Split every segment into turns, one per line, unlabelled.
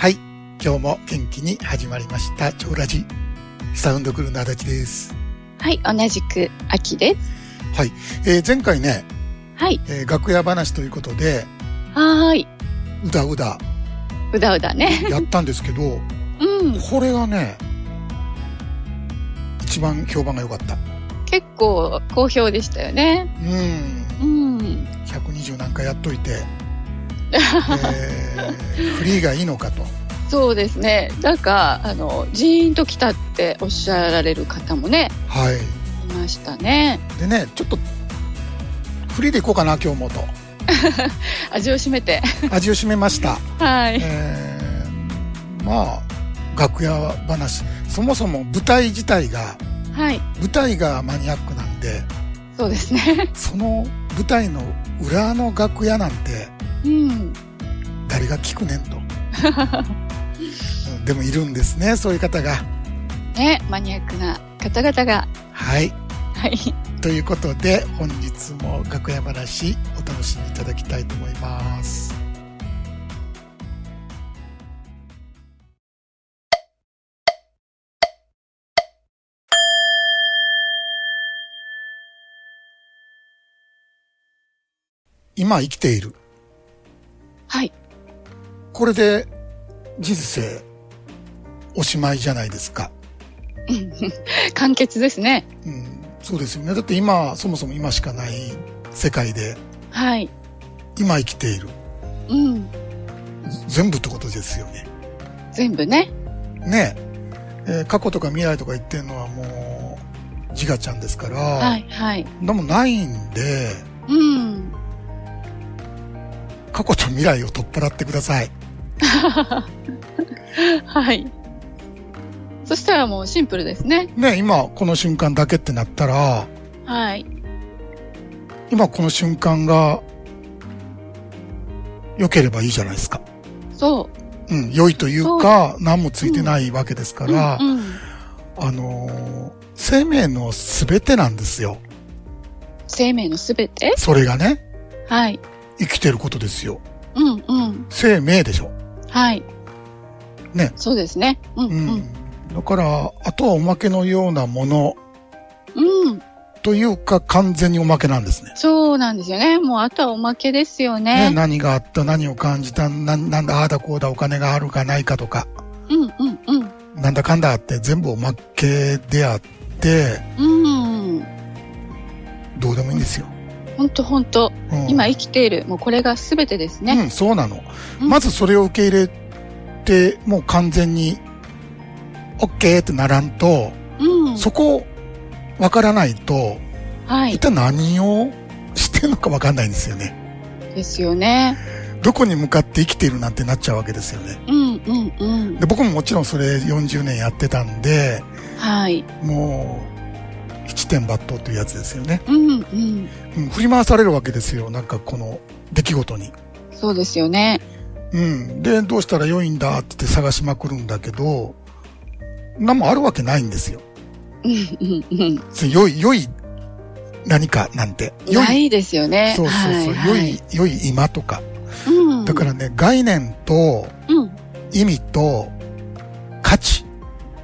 今日も元気に始まりました、超ラジ。サウンドクルーの足立です。
はい、同じく秋です。
はい。えー前回ね、
はい、
えー楽屋話ということで、
はーい、
うだうだ
うだうだね。
やったんですけど、
うん、
これがね、一番評判が良かった。
結構好評でしたよね。
うん。
うん、
120何回やっといて、えーフリーがいいのかと。
そうですね。なんかあのジーンときたっておっしゃられる方もね、
はい。
いましたね。
でね、ちょっと、フリーでいこうかな、今日もと。
味をしめて、
味を占めました。
はい、
えーまあ楽屋話そもそも舞台自体が
はい、
舞台がマニアックなんで
そうですね。
その舞台の裏の楽屋なんて
うん、
誰が聞くねんとうんでもいるんですねそういう方が
ね、マニアックな方々が、
はい
はい、
ということで本日も楽屋話お楽しみいただきたいと思います今生きている
はい、
これで人生おしまいじゃないですか、
完結ですね。
うん、そうですよねだって今そもそも今しかない世界で
はい、
今生きている
うん、
全部ってことですよね。
全部ね。
ねええー過去とか未来とか言ってるのはもう、自我ちゃんですから、
はい、はい、
でもないんで、
うん、
過去と未来を取っ払ってください。
はい。そしたらもうシンプルですね。
ねえ今この瞬間だけってなったら、
はい。
今この瞬間が、良ければいいじゃないですか。
そ
うん、良いというか、何もついてないわけですか
う。うん
ら、
うん、
あのー生命の全てなんですよ。
生命のすべて
それがね、
はい。
生きてることですよ。
うんうん。
生命でしょ。
はい。
ね
そうですね。うん
う
うん。
ん、だからあとはおまけのようなもの
うん。
というか完全におまけなんですね。
そうなんですよね。もうあとはおまけですよ
ね
ね。
何があった何を感じたななんだああだこうだお金があるかないかとか
うんうんうん。
なんだかんだあって全部おまけであって
うん。
どうでもいいんですよ。
ほんとほんと。
うん、
今生きている。もうこれがすべてです
う
ね。
ん、そうなの、
うん
まずそれを受け入れてもう完全に OK ってならんと、
うん。
そこわからないと
は
一
い。
体何をしてんのかわかんないんですよね。
ですよね。
どこに向かって生きているなんてなっちゃうわけですよね。
うんうんうん。
で、僕ももちろんそれ40年やってたんで、
はい。
もう、一点抜刀というやつですよね。
うんうん。
うん、振り回されるわけですよ。なんかこの出来事に。
そうですよね。
うん。で、どうしたら良いんだって言って探しまくるんだけど、何もあるわけないんですよ。
うんうんうん。
そ良い、良い何かなんて。良。
ないいですよね。
そうそうそう。
はい
良
は
い、良い今とか。
うん。
だからね、概念と
うん。
意味と価値。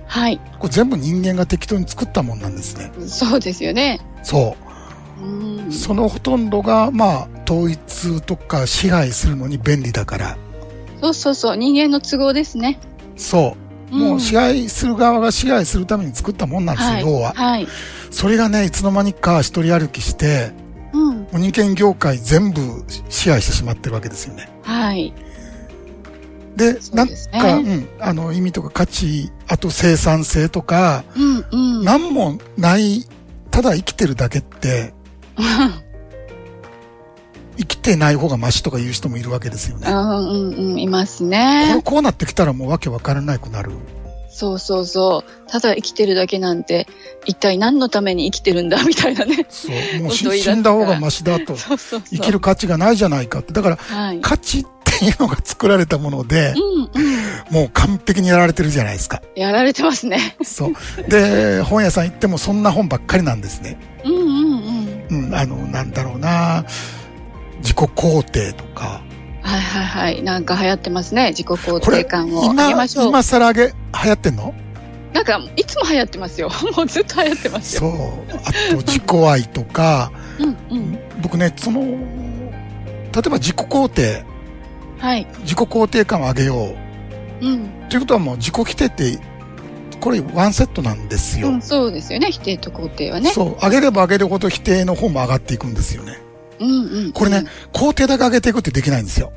はい。
これ全部人間が適当に作ったもんなんですね。
そうですよね。
そうう。
ん。
そのほとんどが、まあ、統一とか支配するのに便利だから。
そうそうそう。人間の都合ですね。
そう。もう支配する側が支配するために作ったもんなんですよ、
はい
要は。
はい。
それがね、いつの間にか一人歩きして、
うん。
もう人間業界全部支配してしまってるわけですよね。
はい。
で、
そ
な
うんですね。
か、うん、あの、意味とか価値、あと生産性とか、
うんうん。
何もない、ただ生きてるだけ って、生きてない方がマシとか言う人もいるわけですよね。
うんうんうん。います
こう
ね。
こうなってきたらもうわけわからなくなる。
そうそうそう。ただ生きてるだけなんて、一体何のために生きてるんだみたいなね。
そう。 もう
本当
し
にだ
死
って
んだ方がマシだと。
そうそうそう。
生き。る価値がないじゃないかって。だから、
はい。
価値っていうのが作られたもので
う、んうん。
もう完璧にやられてるじゃないですか。
やられてますね。
そう。で、本屋さん行ってもそんな本ばっかりなんですね。
うんうんうん。
うん、あの、なんだろうな自己肯定とか、
はいはいはい。なんか流行ってますね。自己肯
これ
定感を上げ
今
ましょう。
今更上げ流行ってんの
なんか、いつも流行ってますよ。 もうずっと流行ってますよ。
そうあと自己愛とか
うんうん。
僕ねその例えば自己肯定
はい。
自己肯定感を上げよう
うん。
ということはもう自己規定ってこれワンセットなんですよ、
うん、そうですよね。否定と肯定はね。
そう上げれば上げるほど否定の方も上がっていくんですよね
うんうん。
これね、。肯定だけ上げていくってできないんですよ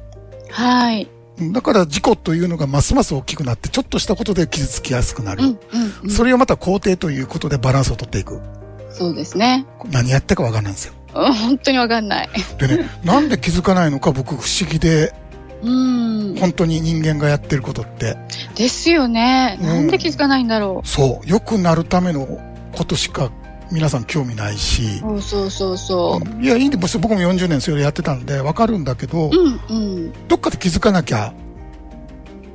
はい。
うんだから自己というのがますます大きくなってちょっとしたことで傷つきやすくな
う
る、
んうん、うん。
それをまた肯定ということでバランスを取っていく
そうですね。
何やったかわかんないんですよ
うん、本当にわかんない。
でねなんで気づかないのか僕不思議で
うん。
本当に人間がやってることって
ですよね。
うん
なんで気づかないんだろ
そう良くなるためのことしか皆さん興味ないし
う。、そうそうそうそ
いやいいんで僕も40年それやってたんでわかるんだけど、
う。うんうん。
どっかで気づかなきゃ、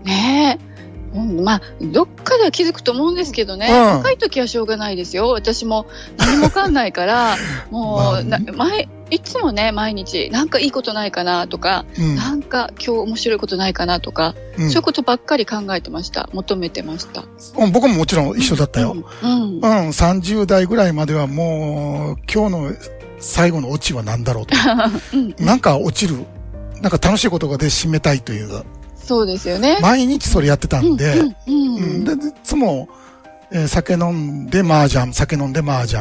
ねえ。うん、まあ、どっかでは気づくと思うんですけどね、
うん
若い時はしょうがないですよ。私も何もわかんない から、もう、
まあ
な前、いつもね、毎日、なんかいいことないかなとか、
うん
なんか今日面白いことないかなとか、
うん
そういうことばっかり考えてました。求めてました。
うん僕ももちろん一緒だったよ、
うん。うん
うん、30代ぐらいまではもう、今日の最後のオチは何だろうと。
うん
なんか落ちる。なんか楽しいことがで締めたいという。
そうですよね。
毎日それやってたんで、
うんうん
う
うん
ん、で、いつも、えー酒飲んで麻雀、酒飲んで麻雀。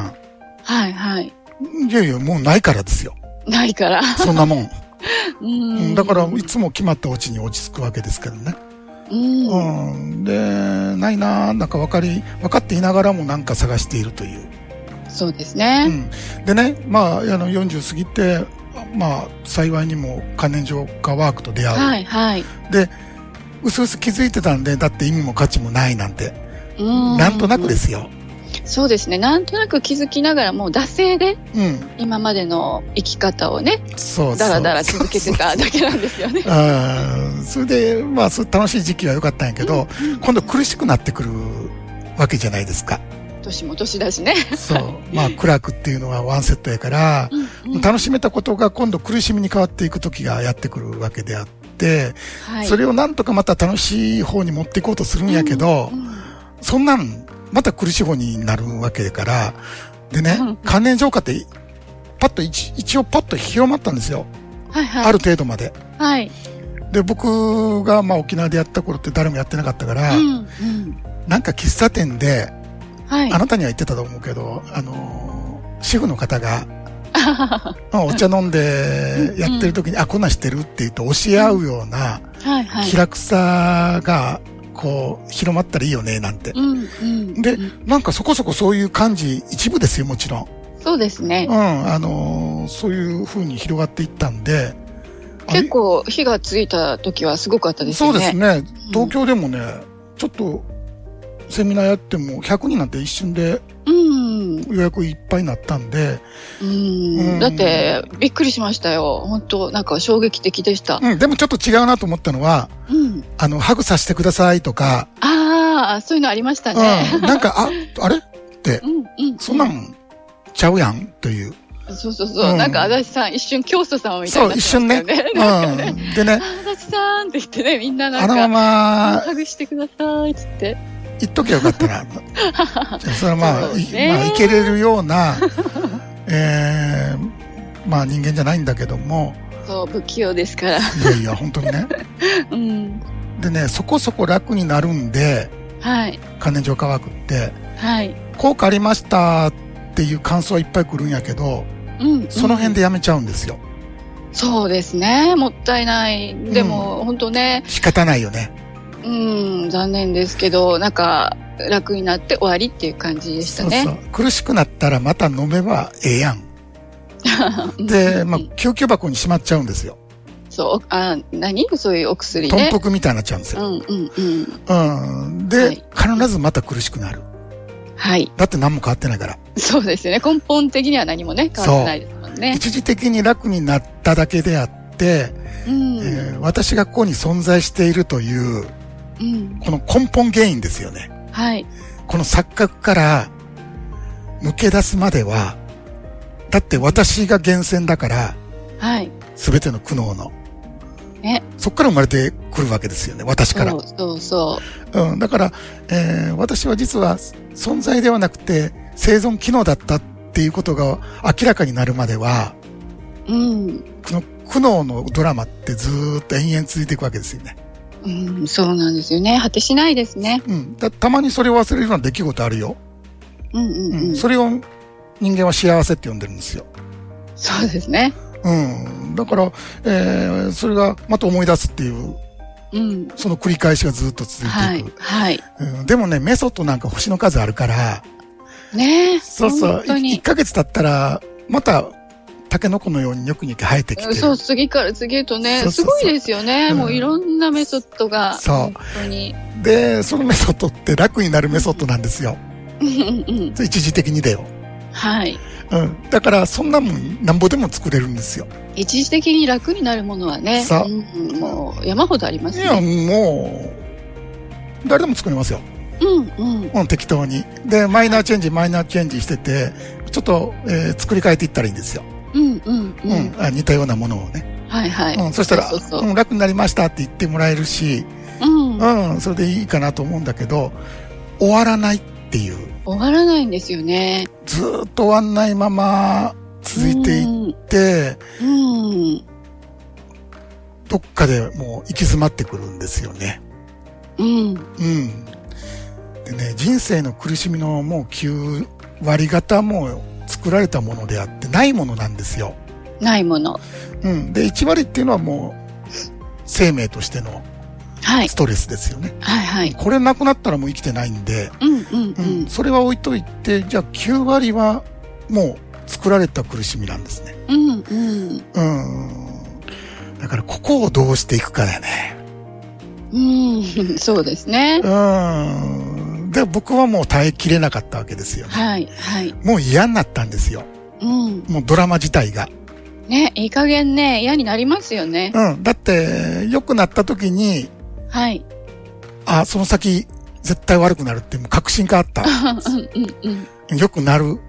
はいはい。
いやいや、もうないから ですよ。
ないから。
そんなもん。
う
うん
ん
だから、いつも決まったオチに落ち着くわけですけどね。
うん。
うん。で、ないなーなんか分かり、分かっていながらもなんか探しているという。
そうですね。
うん、でね、まあ、あの40過ぎて、まあ、幸いにも関連浄化ワークと出会う、
はいはい。
でうすうす気づいてたんでだって意味も価値もないなんて、
うん
なんとなくですよ、
そうですね。なんとなく気づきながらもう惰性で
うん、
今までの生き方をね、
そうそう
だらだら続けてただけなんですよね。
あーそれで、まあ、そう楽しい時期は良かったんやけど、今度苦しくなってくるわけじゃないですか
年も年だしね。
そうまあ暗くっていうのはワンセットやから、
うんうん
楽しめたことが今度苦しみに変わっていく時がやってくるわけであって、
はい。
それをなんとかまた楽しい方に持っていこうとするんやけど、
うん
そんなん、また苦しい方になるわけだから、でね
うん、
関連浄化って、パッと一、一応パッと広まったんですよ。
はいはい。
ある程度まで。
はい。
で、僕が、まあ沖縄でやった頃って誰もやってなかったから、
うんうん
なんか喫茶店で、
はい
あ。 なたには言ってたと思うけど、あのー主婦の方が、まあお茶飲んでやってる時に、あ、こんなんしてるって言って教え合うような、
はいはい
気。楽さが、こう、広まったらいいよね、なんて。
うんうん
で
うん、
なんかそこそこそういう感じ、一部ですよ、もちろん。
そうですね
う。ん、あのーそういう風に広がっていったんで。あ
結構火がついた時はすごかったです
そ
よ
う
ね。
ですね。
うん
東京でもね、ちょっと、セミナーやっても100人なんて一瞬で
うん。
予約いっぱいになったんで、
う
うんん
だって、びっくりしましたよ。本当なんか衝撃的でした。
うん、でもちょっと違うなと思ったのは、
うん。
あの、ハグさせてくださいとか、
ああ、そういうのありましたね。
うん、なんか、あ、あれって
う、ん、うん。
そんなんちゃうやんという。
そうそうそう。
うん
なんか、足立さん、一瞬、教祖様みたい
そ
に
う、
な
一
って
瞬
ま
ね。
したよね。
うん。でね、
足立さんって言ってね、みんなな
あ
ん
のま
か、
ま
ハグしてくださいって言って。
言っときゃよかったな。じゃあそれはま
そ
あ、
う
い
ね
まあ、いけれるような、 えーまあ人間じゃないんだけども、
そう、不器用で すから。
いやいや、本当にね。
うん。
でね、そこそこ楽になるんで、
はい。
関連浄化ワークって、
はい。
効果ありましたっていう感想はいっぱい来るんやけど、
うん。
その辺
で。
でやめちゃうんですよ。
そうですね。もったいない。でも、本当ね、
仕方ないよね。
うん、残念ですけど、なんか、楽になって終わりっていう感じでした
そう
ね。
そう。苦しくなったらまた飲めばええやん。
うん
で、まあ
うん、
救急箱にしまっちゃうんですよ。
そう、あ、何そういうお薬
豚
ね。
腹みたいになっちゃうんです
う
よ。
んうんう
う
ん。
ん。で、
はい
必ずまた苦しくなる。
はい。
だって何も変わってないから。
そうですよね。根本的には何もね、変わってないですもんね。
一時的に楽になっただけであって、
うん。
えー私がここに存在しているという、
うん。
この根本原因ですよね。
はい。
この錯覚から抜け出すまでは、だって私が源泉だから、
はい。
すべての苦悩の。
ね。
そこから生まれてくるわけですよね、私から。
そうそうそ
うん、だから、えー私は実は存在ではなくて生存機能だったっていうことが明らかになるまでは、
う。うん。
この苦悩のドラマってずーっと延々続いていくわけですよね。
うん、そうなんですよね。果てしないですね。
うん。だたまにそれを忘れるような出来事あるよ。
うんう
う。
んうんん。
それを人間は幸せって呼んでるんですよ。
そうですね。
うん。だから、えーそれがまた思い出すっていう、
うん。
その繰り返しがずーっと続いていく。
はい。はい。
うん、でもね、メソッドなんか星の数あるから、
ねえ。
そうそう
本、当
い
に
1。ヶ月経ったら、また、タケノコのようにニョキニョキ生えてきて、
そう、次から次へとね、
そうそう
す
そう
ごいですよね。
うん
もういろんなメソッドが。
そう
本当に。
で、そのメソッドって楽になるメソッドなんですよ。
うんうんうん。
一時的にだよ。
はい。
うん。だから、そんなもん、なんぼでも作れるんですよ。
一時的に楽になるものはね、
そうん
もう山ほどありま
い
す
や、
ね。
もう、誰でも作れますよ。
うんうん。
うん、適当に。で、マイナーチェンジ、マイナーチェンジしてて、ちょっと、えー作り変えていったらいいんですよ。
うんうん
う、
うんん。
あ似たようなものをね。
はいはい。
うん、そしたら、
そうそう
うん、楽になりましたって言ってもらえるし、
そう。うん。終
うん、それでいいかなと思うんだけど、終わらないっていう、
わらないんですよね。
ずーっと終わんないまま続いていっ
うん
て、
うん。
どっかでもう行き詰まってくるんですよね。
うん。
うん。でね、人生の苦しみのもう9割方も作られたものであってないものなんですよ。
ないもの。
うん。で、1割っていうのはもう、生命としての
はい
ス。トレスですよね。
はいはい。
これなくなったらもう生きてないんで、
うんうん
う、
うんん。
それは置いといて、じゃあ9割はもう作られた苦しみなんですね。
うんうん。
うん。だからここをどうしていくかだよね。
うん。 そうですね。
うん。で、僕はもう耐えきれなかったわけですよね。
はいはい。
もう嫌になったんですよ。
うん。
もうドラマ自体が。
ね、いい加減ね、嫌になりますよね。
うん。だって、良くなった時に、
はい。
あ、その先、絶対悪くなるって、もう確信があった。
うんうんうん。
良くなる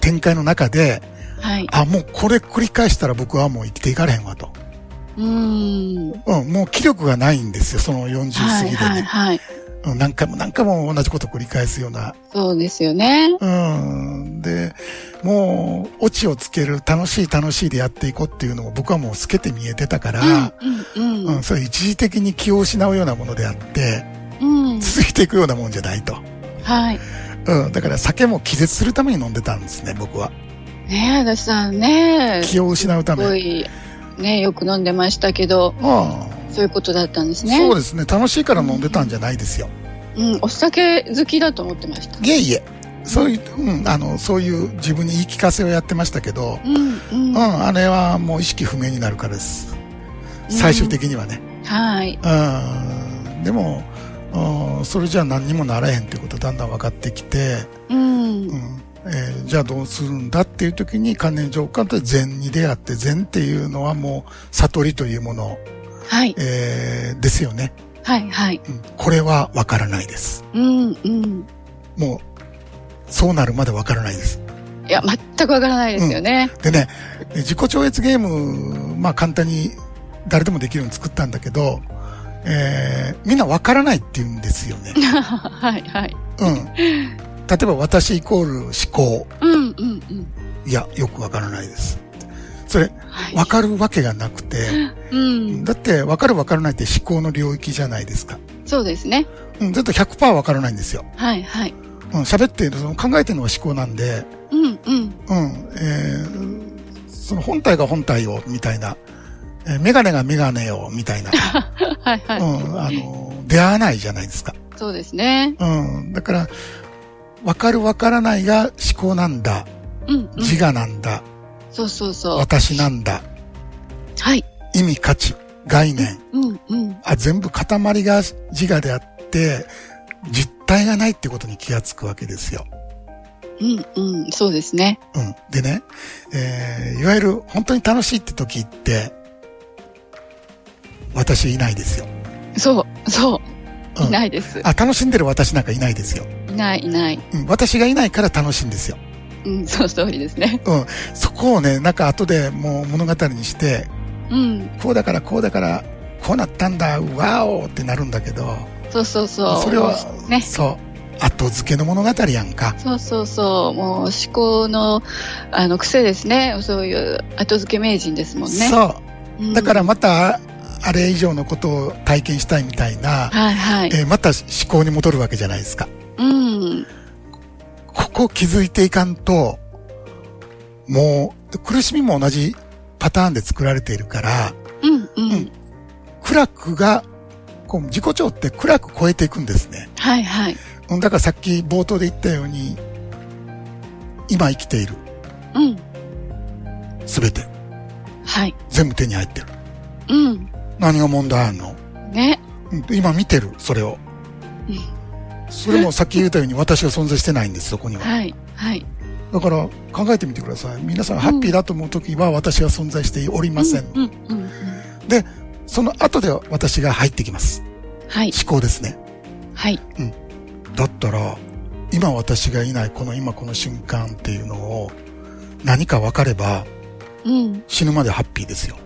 展開の中で、
はい。
あ、もうこれ繰り返したら僕はもう生きていかれへんわと。
うん。
うん、もう気力がないんですよ、その40過
は
ぎでね。
いはいはい。
うん、何回も何回も同じこと繰り返すような。
そうですよね。
うん。で、もう、オチをつける、楽しい楽しいでやっていこうっていうのを僕はもう透けて見えてたから、
うんうん
う
うん
ん、それ一時的に気を失うようなものであって、
うん。
続いていくようなもんじゃないと。
はい。
うん、だから酒も気絶するために飲んでたんですね、僕は。
ねえ、足立さんね。す
気を失うため。
ご
うん。
い、ね、よく飲んでましたけど、そういうことだったんですね。
そうですね。楽しいから飲んでたんじゃないですよ。
うん、お酒好きだと思ってました。
いえいえ。そういう、うん、あの、そういう自分に言い聞かせをやってましたけど、
うん、
うん、
うん。
あれはもう意識不明になるからです。最終的にはね。
はい。
うん。でも、うんそれじゃあ何にもならへんってことだんだん分かってきて、
うん
う。んえーじゃあどうするんだっていう時に観念浄化と禅に出会って禅っていうのはもう悟りというもの、
はい。
えーですよね、
はい、はい。
うんこれはわからないです
うん、うん。
もうそうなるまでわからないです
いや、全くわからないですよね。
でねえー自己超越ゲームまあ簡単に誰でもできるように作ったんだけど、えーみんなわからないって言うんですよ ね
はい、はい。
うん例えば私イコール思考
うん、うん、うん。
いやよくわからないですそれ
はい。
わかるわけがなくて
うん。
だって、分かる分からないって思考の領域じゃないですか。
そうですね。
うん、ずっと100%分からないんですよ。
はい、はい。
うん、喋っている、その考えてるのが思考なんで、
うん、うん。
うん、えー、その本体が本体を、みたいな、えーメガネがメガネを、みたいな、
はい、
う
は
ん、あの、出会わないじゃないですか。
い。そうですね。
うん、だから、分かる分からないが思考なんだ、
うん、うん。
自我なんだ、
そうそうそう。
私なんだ、
はい。
意味、価値、概念、
うん、うん。
あ、全部塊が自我であって、実体がないってことに気がつくわけですよ。
うん、うん。そうですね。
うん。でね、えー、いわゆる本当に楽しいって時って、私いないですよ。
そう、そ
う
う。
ん
いないです。
あ、楽しんでる私なんかいないですよ。
いない、いない。
うん。私がいないから楽しいんですよ。
うん、その通りですね。
そこをね、なんか後でもう物語にして、
うん、
こうだからこうだから、こうなったんだわおってなるんだけど
そうそうそう。
それは、
ね。
そう後付けの物語やんか
そうそうそう。もう思考の、あの、癖ですね。そういう後付け名人ですもんね。
そうだからまたあれ以上のことを体験したいみたいな、
うん。はいはい。
えーまた思考に戻るわけじゃないですか
うん。
ここ気づいていかんともう苦しみも同じパターンで作られているから
うんうん。
うん苦楽がこう自己調って苦楽超えていくんですね
はいはい。
うんだからさっき冒頭で言ったように今生きている
うん。
全て
はい。
全部手に入ってる
うん。
何が問題あんの
ね。
うん今見てるそれを
うん
それもさっき言ったように私が存在してないんですそこには
はいはい。
だから考えてみてください皆さんハッピーだと思う時は私が存在しておりません、
うんうんうん。
その後で私が入ってきます
はい
思考ですね
はい。
だったら今私がいないこの今この瞬間っていうのを何か分かれば
うん。
死ぬまでハッピーですよ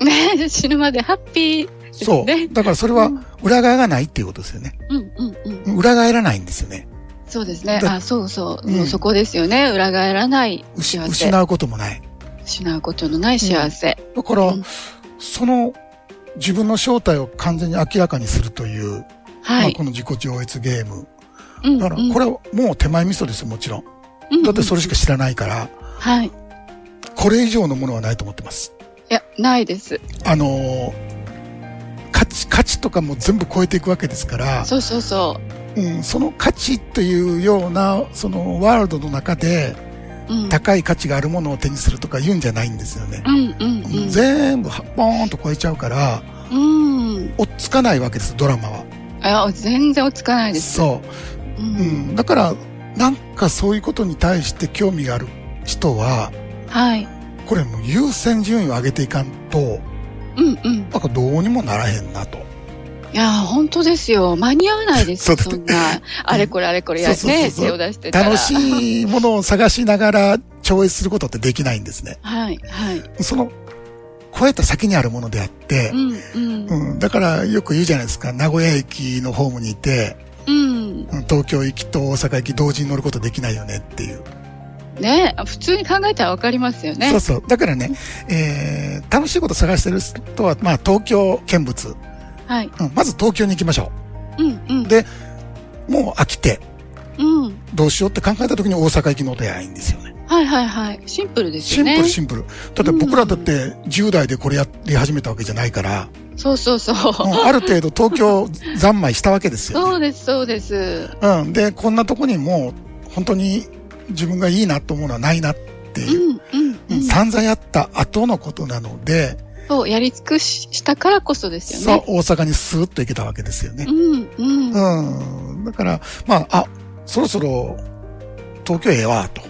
ね 死ぬまでハッピーです
そう
ね。
だからそれは裏側がないっていうことですよね
うんうんうん。
裏返らないんですよね
そうですね。
だ
あ、そうそう。
うん
もうそこですよね。裏返らない
失
幸せ。
失うこともない
失うことのない幸せ。
だから、
うん
その自分の正体を完全に明らかにするという、ま
は
あ
い。
この自己上越ゲーム。
うん
だから、これはもう手前味噌ですよ、もちろん。
れ
だってそ
れ。
れしか知らないから、
はい。い
これ以上のものはないと思ってます。
や、ないです。
あのー価値、価値とかも全部超えていくわけですから、
そうそうそ
うん、その価値というような、そのワールドの中で
う。うん。
高い価値があるものを手にするとか言うんじゃないんですよね。
うんうんうん。
全部は、ポーンと超えちゃうから、
うん。
追っつかないわけです、ドラマは。
いや、全然落ち着かないです。
そう。
う。
うんん、だからなんかそういうことに対して興味がある人は
はい。
これもう優先順位を上げていかんと
うんうん。
なんかどうにもならへんなと
いやー、本当ですよ。間に合わないですよ、
そうだ
そんな。あれこれあれこれやって、
そうそうそう
ね、
そう
手を出してたら。
楽しいものを探しながら超越することってできないんですね
はい、はい。
その超えた先にあるものであって
う、ん、うん。
うん、だからよく言うじゃないですか名古屋駅のホームにいて
うん。
うん東京行きと大阪行き同時に乗ることできないよねっていう、
ね、普通に考えたらわかりますよね
そう。そうだからね、えー楽しいこと探してる人は、まあ、東京見物、
はい。
うん、まず東京に行きましょう
うん、うん。
でもう飽きて、
うん。
どうしようって考えた時に大阪行きのお手合いいんですよね。
はい、はい、はい。シンプルです
シ
よ
ンプ
ね
ル。シンプル。だって僕らだって10代でこれやり始めたわけじゃないから、
そうそうそう。
うんある程度東京三昧したわけです
そ
よ、
う
ね。
です、そうです。
うん。で、こんなとこにもう本当に自分がいいなと思うのはないなって
う
いう。
ん、うん、う
うん
ん。
散々やった後のことなので、
そう、やり尽くししたからこそです
そ
よ
う大
ね。、
阪にスーッと行けたわけですよね
う。ん、うん。うん、
うん。だから、まあ、あ、そろそろ東京ええわ、と。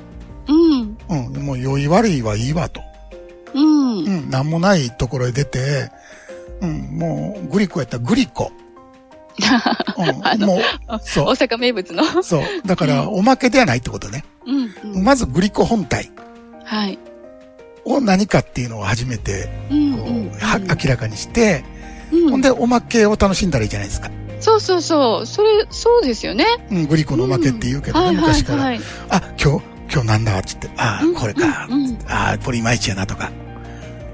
うん。
うん。もう良い悪いはいいわ、と。
うん
う。ん、なんもないところへ出て、うん、もう、グリコやったらグリ コ。うん、もう、
大
そ
阪名物の。
う、そう。だから、おまけではないってことね。
うん、うん。
まず、グリコ本体
はい。
を何かっていうのを初めて、
うん、
こ
う。
うんは明らかにして、
うん
ほんで、おまけを楽しんだらいいじゃないですか。
そうそうそう。それ、そうですよね。
うん、グリコのおまけって言うけどね、昔から。
いはい。
あ、今日、今日なんだって言って、あ
うん
あ、これか
う。ん。
ああ、これいまいちやなとか。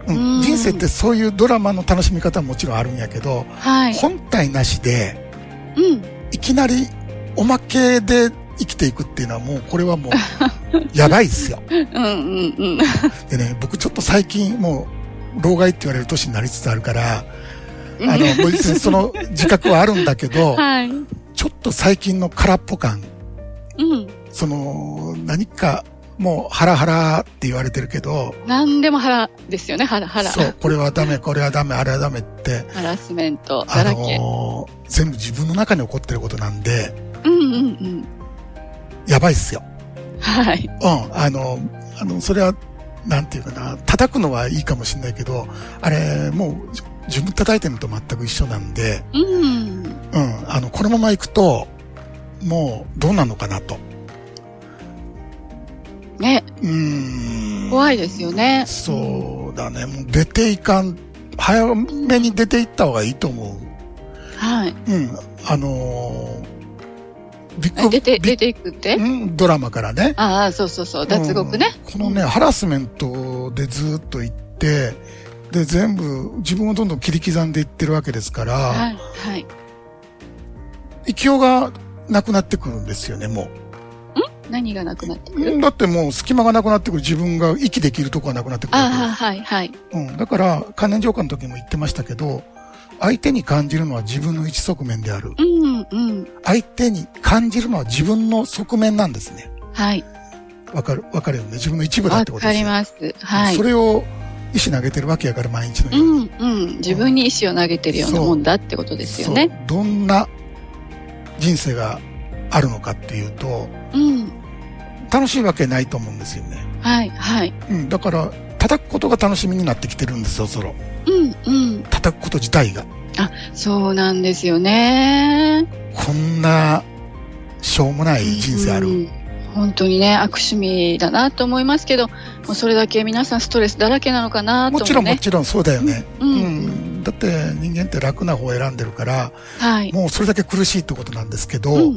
う
うん
ん、人生ってそういうドラマの楽しみ方ももちろんあるんやけど、
はい。
本体なしで、
うん。
いきなりおまけで生きていくっていうのはもうこれ はもうやばいっすよ。
うんうんうん。
でね、僕ちょっと最近もう老害って言われる年になりつつあるから、あの、もう別にその自覚はあるんだけど、
はい。う
ちょっと最近の空っぽ感、
ん。
その何かもうハラハラって言われてるけど、
何でも腹ですよね。腹、腹。
そう、これはダメ、これはダメ、あれはダメって、
ハラスメントだ
あ
らけ。
のー全部自分の中に起こってることなんで、
うんうんうん。
やばいっすよ。
はい。
うん、あの、あの、それは、なんていうかな、叩くのはいいかもしれないけど、あれ、もう、じ自分叩いてるのと全く一緒なんで、
うん。
うん、あの、このまま行くと、もう、どうなのかなと。
ね。
うーん。
怖いですよね。
そうだね、もう出ていかん、早めに出て行った方がいいと思
はい。
う。うん。あのービッ
え
グ
出て、
ビ
出ていくって
うん、ドラマからね。
ああ、そうそうそう、脱獄ね。
うんこのね、ハラスメントでずっと行って、で、全部、自分をどんどん切り刻んでいってるわけですから、
はい。はい。
勢いがなくなってくるんですよね、も
何がなくなって
う
く
う
る
ん。だってもう隙間がなくなってくる、自分が息できるとこがなくなってくるわけです
ああ、はい、はい。
うん、だから、関連浄化の時も言ってましたけど、相手に感じるのは自分の一側面である。
うん、うん。
相手に感じるのは自分の側面なんですね。
はい。
わかる、わかるよね。自分の一部だっ
わ
てことで
か
す
り
よ。
ます。はい
そ。れを、石投げてるわけやから、毎日の
う
ように。
ん、うん。自分に意志を投げてるようなもんだってことですよね。
そう。どんな人生があるのかっていうと、
うん。
楽しいわけないと思うんですよね。
はい、はい。
うん、だから、叩くことが楽しみになってきてるんですよ、そろ。
うん、うん。
叩くこと自体が。
そうなんですよね。
こんな、しょうもない人生ある。
うん本当にね、悪趣味だなと思いますけど、もうそれだけ皆さんストレスだらけなのかな
も
と
ち
思
ろ
うん
も
ね。
ちろんそうだよね。
う、
うん
うん。
ん。だって人間って楽な方を選んでるから、
はい。
もうそれだけ苦しいってことなんですけど、
うん、う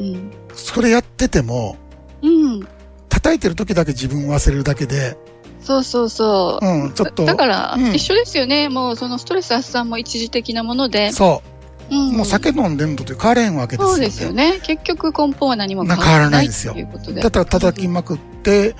ん、
それやってても、
うん。うん。
叩いてる時だけ自分を忘れるだけで、
そうそうそう。
うん、ちょっと、
だから、
うん
一緒ですよね。もう、そのストレス発散も一時的なもので。
そ
うん
う、もう酒飲んでるのと変われへんわけですよね。
そうですよね。結局、根本は何も変
変わ
わ
ら
ら
な
ないい
ですよ
ということで
だ。から叩きまくって、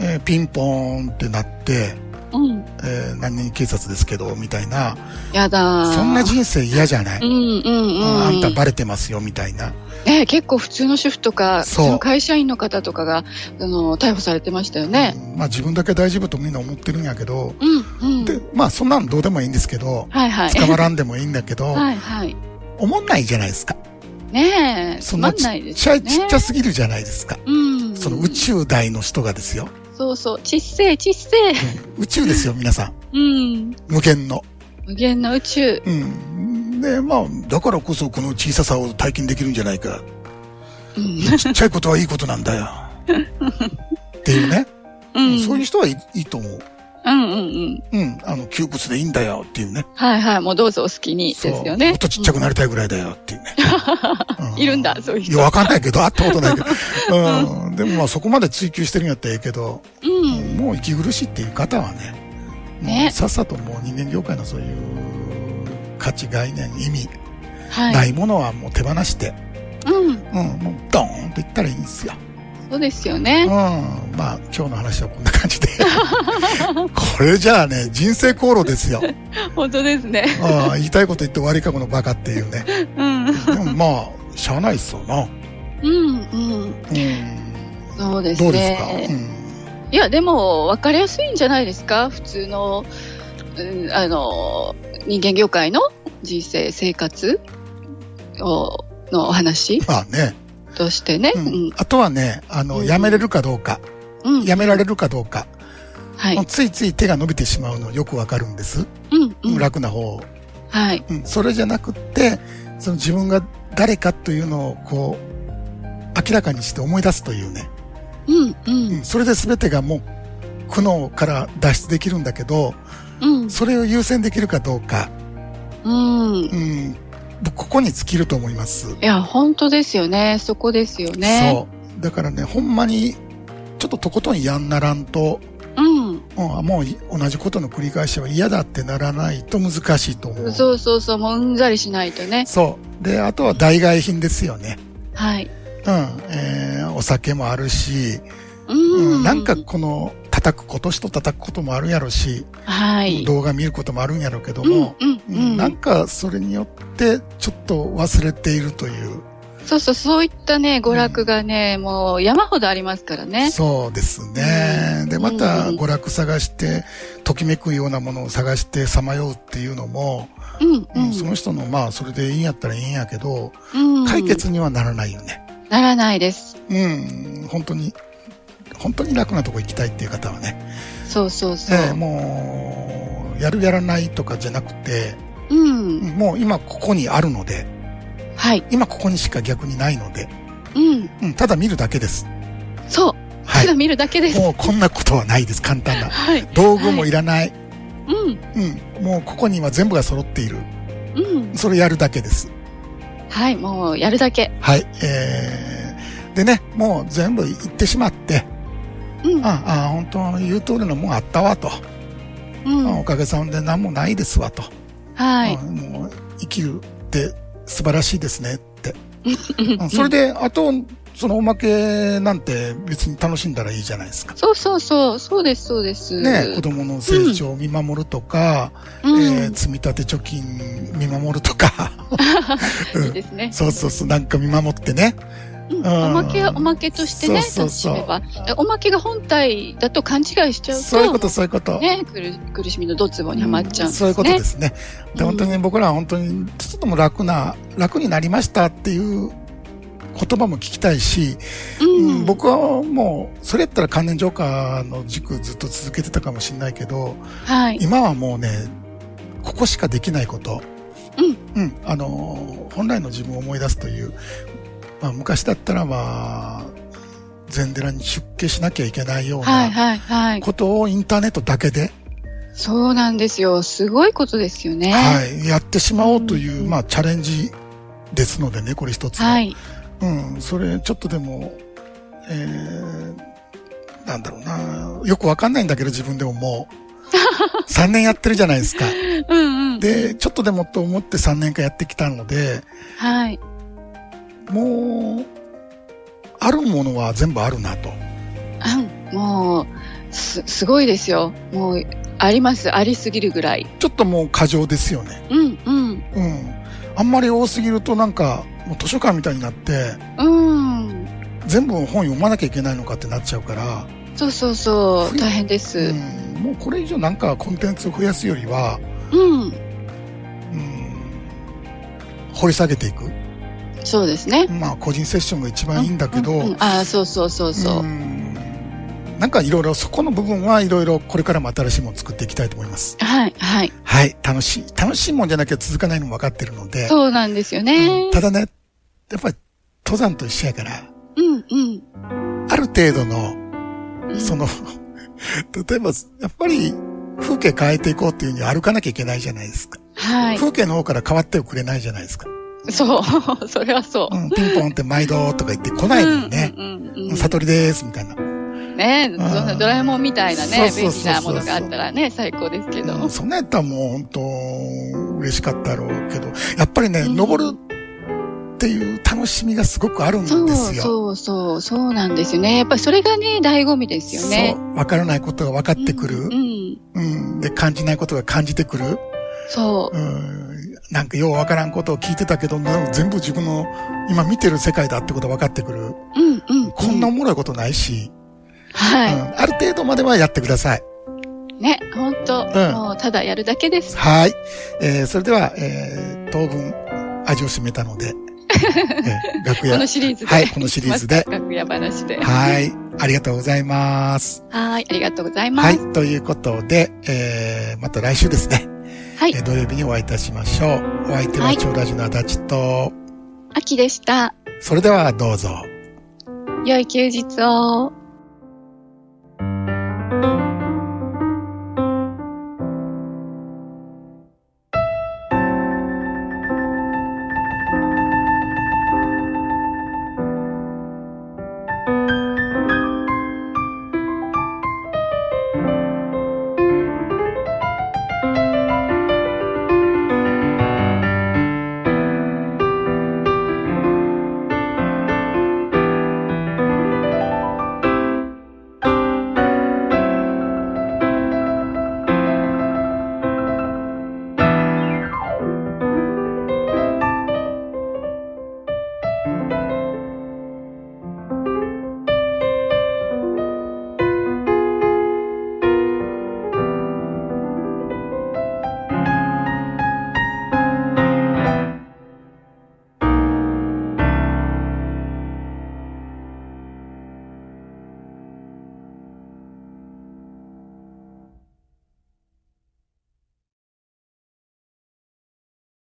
えーピンポーンってなって、
うん。
えー何人警察ですけど、みたいな、
やだー
そんな人生嫌じゃない、
うんうん
う
うんん。
あんたバレてますよ、みたいな。
ね結構普通の主婦とか、普
そう
通の会社員の方とかが、あの、逮捕されてましたよね。
うんまあ自分だけ大丈夫とみんな思ってるんやけど、
うん、うん。
で、まあそんなんどうでもいいんですけど、
はいはい。
捕まらんでもいいんだけど、
はいはい。
思んないじゃないですか。
ねえ、つ
そ
ま
なんち
ない
っ
です
ちゃ
よ
い、
ね。
ちっちゃすぎるじゃないですか。
うん。
その宇。宙大の人がですよ。
そうそう、ちっせえ、ちっせえ。
宇宙ですよ、皆さん。
うん。
無限の。
無限の宇宙。
うん。で、まあ、だからこそこの小ささを体験できるんじゃないか。
うん。
ちっちゃいことはいいことなん だよ。っていうね。
うん。
そういう人はいいいいと思う。
うんうんうん。
うん。あの、窮屈でいいんだよっていうね。
はいはい、もうどうぞお好きにですよね。
もっとちっちゃくなりたいぐらいだよっていうね。う
いるんだ、そういう
い
人。
や、わかんないけど、会ったことないけど。うん。でもまあそこまで追求してるんやったらええけど、
うん。
もう息苦しいっていう方はね、もう
ね
さっさともう人間業界のそういう価値概念、意味、
は。
ないいものはもう手放して、
うん。
うん、もうドーンといったらいいんですよ。
そうですよ
うん
ね。。
まあ今日の話はこんな感じで。 これじゃあね、人生航路ですよ。
本当ですね。
ああ言いたいこと言って終わりかこのバカっていうね。
うん。
でもまあ、しゃあないっすよな。うん。
うんうん。そうですね。
どうですか、
いや、でも、分かりやすいんじゃないですか普通の、うん、あの、人間業界の人生、生活を、のお話
うん。まあね。
としてね。
う
うんん。
あとはね、あの、
うん
やめれるかどうか、
うん。
やめられるかどうか、
はい
もう。ついつい手が伸びてしまうのよくわかるんです。
うん。うん。
楽な方を、
はい。
うん。それじゃなくって、その自分が誰かというのをこう、明らかにして思い出すというね。
うん。う。
うんん。それで全てがもう、苦悩から脱出できるんだけど、
うん。
それを優先できるかどうか、
うん。
うん。僕ここに尽きると思います。
いや、本当ですよね。そこですよね。
そう。だからね、ほんまに、ちょっととことんやんならんと、
うん。
うん、もうい同じことの繰り返しは嫌だってならないと難しいと思う。
そうそうそう、もううんざりしないとね。
そう。で、あとは代替品ですよね。
はい。
うん。えー、お酒もあるし、
う。
うんん、なんか、この、叩くこと人叩くこともあるやろし、
はい。
動画見ることもあるんやろうけど
うん
も、、
うん、
う
うんん。
なんかそれによってちょっと忘れているという、
そうそう、そういったね、娯楽がね、もう山ほどありますからね。
そうですね。
うん
で、また
うん
娯楽探して、ときめくようなものを探してさまようっていうのも、
うん、
う
うんん。
その人のまあそれでいいんやったらいいんやけど、
うん
解決にはならないよね。
ならないです。
うん、本当に、本当に楽なとこ行きたいっていう方はね、
そうそうそう。
ええもう、やるやらないとかじゃなくて、
うん。
もう今ここにあるので、
はい。
今ここにしか逆にないので、
うん。
うん、ただ見るだけです。
そう。
は
ただ
い。
見るだけです。
もうこんなことはないです、簡単な。
はい。
道具もいらない。
うん。
うん。もうここには全部が揃っている。
うん。
それやるだけです。
はい、もうやるだけ。
はい。えー、でね、もう全部言ってしまって、
うん。
ああ、本当言う通りのもんあったわと。
うん。
おかげさんで何もないですわと。
はい。
うんもう生きるって素晴らしいですね って。うんそれで、あと、そのおまけなんて別に楽しんだらいいじゃないですか。
そうそうそう、そうです、そうです。
ね、子供の成長を見守るとか、
うん、
えー積み立て貯金見守るとか、
いいですね。
そうそうそう、なんか見守ってね。
うん、
あー
おまけはおまけとしてね、
そうそうそう
楽しめば。おまけが本体だと勘違いしちゃうと、
そういうこと、そういうこと。
ね、苦苦しみのドツボにはまっちゃうんです、ね。
そういうことですね。で
うん
本当に僕らは本当にちょっとも楽な、楽になりましたっていう言葉も聞きたいし、
うん。
うん僕はもう、それやったら関連ジョーカーの軸ずっと続けてたかもしれないけど、
はい。
今はもうね、ここしかできないこと。
うん。
うん。あのー、本来の自分を思い出すという、まあ昔だったらまあ、禅寺に出家しなきゃいけないよう
はい、
な
はい、はい。
ことをインターネットだけで、
そうなんですよ。すごいことですよね。
はい、やってしまおうという、
うん
まあ、チャレンジですのでね、これ一つの。
はい。
うん、それ、ちょっとでも、えー、なんだろうな、よくわかんないんだけど、自分でももう、3年やってるじゃないですか。
うんうん。
で、ちょっとでもと思って3年間やってきたので、
はい。
もう、あるものは全部あるなと。
うんもう、す、すごいですよ。もう、あります。ありすぎるぐらい。
ちょっともう過剰ですよね。
うん、うん。
うん。あんまり多すぎるとなんか、もう図書館みたいになって、
うん。
全部本読まなきゃいけないのかってなっちゃうから、
そうそうそう。大変です。
うん、もうこれ以上なんかコンテンツを増やすよりは、
うん。
うん、掘り下げていく。
そうですね。
まあ個人セッションが一番いいんだけど、
うんうんああ、そうそうそうそ
う
う。
んなんかいろいろそこの部分はいろいろこれからも新しいものを作っていきたいと思います。
はい、はい。
はい、楽しい。楽しいもんじゃなきゃ続かないのも分かってるので、
そうなんですよ
う
ね
ん。ただね、やっぱり登山と一緒やから、
うん、うん。
ある程度の
うん
その、 例えば、やっぱり、風景変えていこうっていうには歩かなきゃいけないじゃないですか。
はい。
風景の方から変わってはくれないじゃないですか。
そう。 それはそうう。
ん、ピンポンって毎度とか言って来ないもんね。
うんうんうんうん
悟りです、みたいな。
ねえ、そんなドラえもんみたいなね、
そう
便
そうそうそう
利なものがあったらね、最高ですけど。
うんそんなんやったらもう本当、嬉しかったろうけど、やっぱりね、
うん
登るっていう楽しみがすごくあるんで
そう
すよ。
そうそう、そうなんですよね。やっぱりそれがね、醍醐味ですよね
そ。う。わからないことが分かってくる。
うんう。
うんで、感じないことが感じてくる。
そ
うんなんかようわからんことを聞いてたけど、なんか全部自分の今見てる世界だってこと分かってくる。
う。うんうん。
こんなおもろいことないし、う
は
んある程度まではやってください。
い。ね、ほんと
うん。
もう、ただやるだけです。
はい。えー、それでは、えー、当分、味を占めたの で、えー楽
こ
屋
の、シリーズで。
はいこのシリー ズで
行きますか楽屋話で。
はい、ありがとうございます。
はい。ありがとうございま
は
す。
い、ということで、えー、また来週ですね、
はい
えー。土曜日にお会いいたしましょう。お相手は
はい
超ラジオの足立と、
秋でした。
それではどうぞ。
良い休日を。